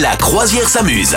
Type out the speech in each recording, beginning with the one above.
La croisière s'amuse.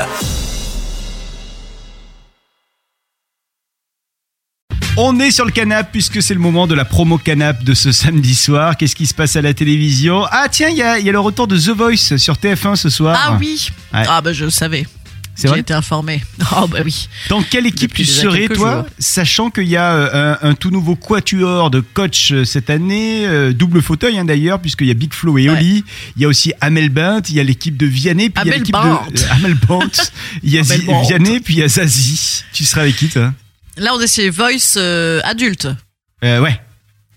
On est sur le canap puisque c'est le moment de la promo canap de ce samedi soir. Qu'est-ce qui se passe à la télévision Ah tiens, il y a, il y a le retour de The Voice sur TF1 ce soir. Ah oui Ouais. Ah bah je le savais. C'est J'ai vrai été informé. Ah bah oui. Dans quelle équipe Depuis tu déjà serais quelques toi jours. Sachant qu'il y a euh, un, un tout nouveau quatuor de coach euh, cette année, euh, double fauteuil hein, d'ailleurs puisqu'il y a Big Flo et Ouais. Oli, il y a aussi Amel Bent, il y a l'équipe de Vianney, puis il y a Amel l'équipe Bent. de euh, Amel Bent, il y a Amel Zi- Bent. Vianney, puis il y a Zazie. Tu seras avec qui toi Là on est chez Voice euh, adulte. Euh, Ouais.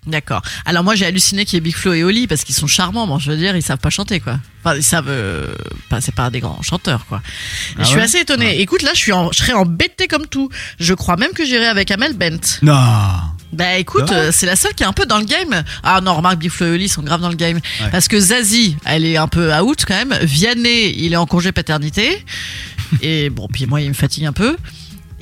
D'accord. Alors moi j'ai halluciné qu'il y ait Big Flo et Oli parce qu'ils sont charmants, moi je veux dire, ils savent pas chanter quoi. Enfin ils savent, euh, pas- c'est pas des grands chanteurs quoi. Et Ah je suis ouais assez étonnée. Écoute là je suis, en, je serais embêtée comme tout. Je crois même que j'irai avec Amel Bent. Non. Bah écoute, Ah ouais euh, c'est la seule qui est un peu dans le game. Ah non, remarque, Big Flo et Oli sont grave dans le game. Parce que Zazie, elle est un peu out quand même. Vianney, il est en congé paternité. Et bon, puis moi, il me fatigue un peu.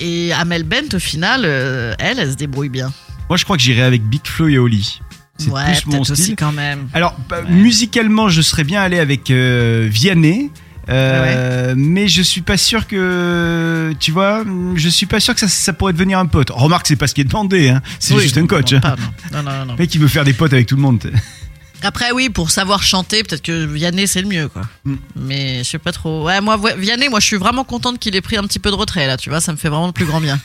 Et Amel Bent, au final, euh, elle, elle se débrouille bien. Moi, je crois que j'irai avec Big Flo et Oli. C'est Ouais, plus mon peut-être style. aussi quand même. Alors, bah, musicalement, je serais bien allé avec euh, Vianney. euh, Mais je suis pas sûr que tu vois, je suis pas sûr que ça, ça pourrait devenir un pote. Remarque, c'est pas ce qui est demandé, hein. c'est Oui, juste non, un coach. non, hein. pas, non. Non, non, non, non. Le mec, il veut faire des potes avec tout le monde. Après, oui, pour savoir chanter, peut-être que Vianney, c'est le mieux, quoi. Mm. Mais je sais pas trop. Ouais, moi, ouais, Vianney, moi, je suis vraiment contente qu'il ait pris un petit peu de retrait, là, tu vois, ça me fait vraiment le plus grand bien.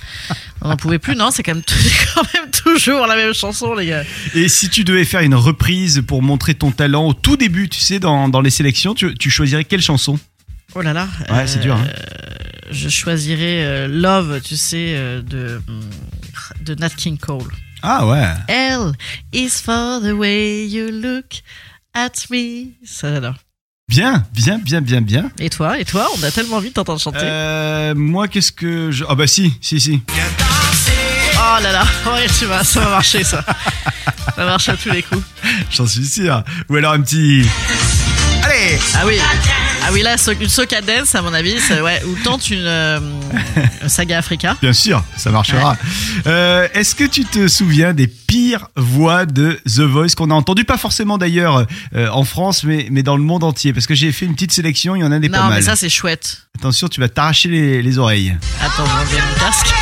On n'en pouvait plus, non C'est quand, même t- c'est quand même toujours la même chanson, les gars. Et si tu devais faire une reprise pour montrer ton talent au tout début, tu sais, dans, dans les sélections, tu, tu choisirais quelle chanson Oh là là. Ouais, c'est dur, hein. Je choisirais euh, Love, tu sais, euh, de, mm, de Nat King Cole. Ah ouais. L is for the way you look at me. Ça, j'adore. Bien, bien, bien, bien, bien. Et toi, et toi, on a tellement envie de t'entendre chanter. Euh, moi, qu'est-ce que je... Ah bah si, si, si. Oh là là, ouais, tu vois, ça va marcher ça. Ça marche à tous les coups. J'en suis sûr. Ou alors un petit. Allez Ah oui, ah oui là, so- une soca dance à mon avis, ça- ouais, ou tente une euh, saga Africa. Bien sûr, ça marchera. Euh, Est-ce que tu te souviens des pires voix de The Voice qu'on a entendues Pas forcément d'ailleurs euh, en France, mais, mais dans le monde entier. Parce que j'ai fait une petite sélection, il y en a des non pas mais mal. ça c'est chouette. Attention, tu vas t'arracher les, les oreilles. Attends, on vient mon casque.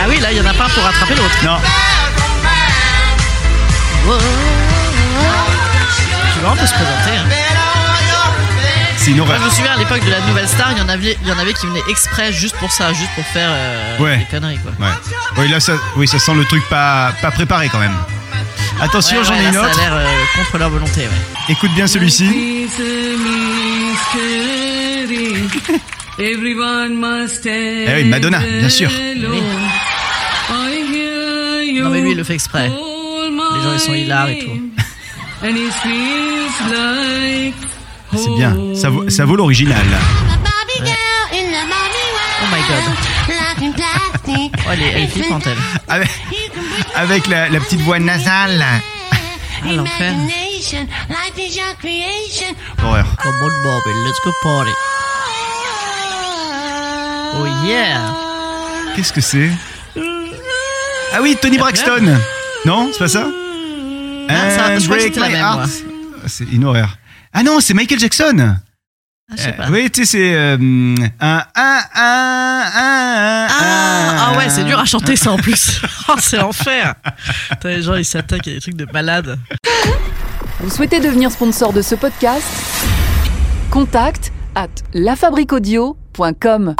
Ah oui, là, il y en a pas un pour rattraper l'autre. Non, Tu vois, on peut se présenter. hein. c'est une Moi, je me horreur. souviens à l'époque de la Nouvelle Star, il y en avait, il y en avait qui venaient exprès juste pour ça, juste pour faire euh, Ouais. des conneries quoi. Ouais. Oui, là, ça, oui, ça sent le truc pas, pas préparé quand même. Attention, Ouais, j'en ouais, ai là, une ça a autre. l'air euh, contre leur volonté. Ouais. Écoute bien celui-ci. It's a mystery. Everyone must Eh oui, Madonna, bien sûr. Non mais lui, il le fait exprès. Les gens, ils sont hilars et tout. C'est bien. Ça vaut, ça vaut l'original. Oh my god. Oh, elle est, elle est flippante, elle. Avec, avec la, la petite voix nasale. Ah, l'enfer. Horreur. Come on, Bobby, let's go party. Oh yeah. Qu'est-ce que c'est Ah oui, Tony Braxton Non, c'est pas ça Ah, ça, And je crois break que c'était la my même, heart. moi. C'est une horreur. Ah non, c'est Michael Jackson Ah, je sais pas. Euh, Oui, tu sais, c'est... euh, un, un, un, un, Ah, un. ah ouais, c'est dur à chanter ça en plus. Oh, c'est l'enfer. Putain, Les gens, ils s'attaquent à des trucs de malade. Vous souhaitez devenir sponsor de ce podcast Contact à lafabriquaudio.com.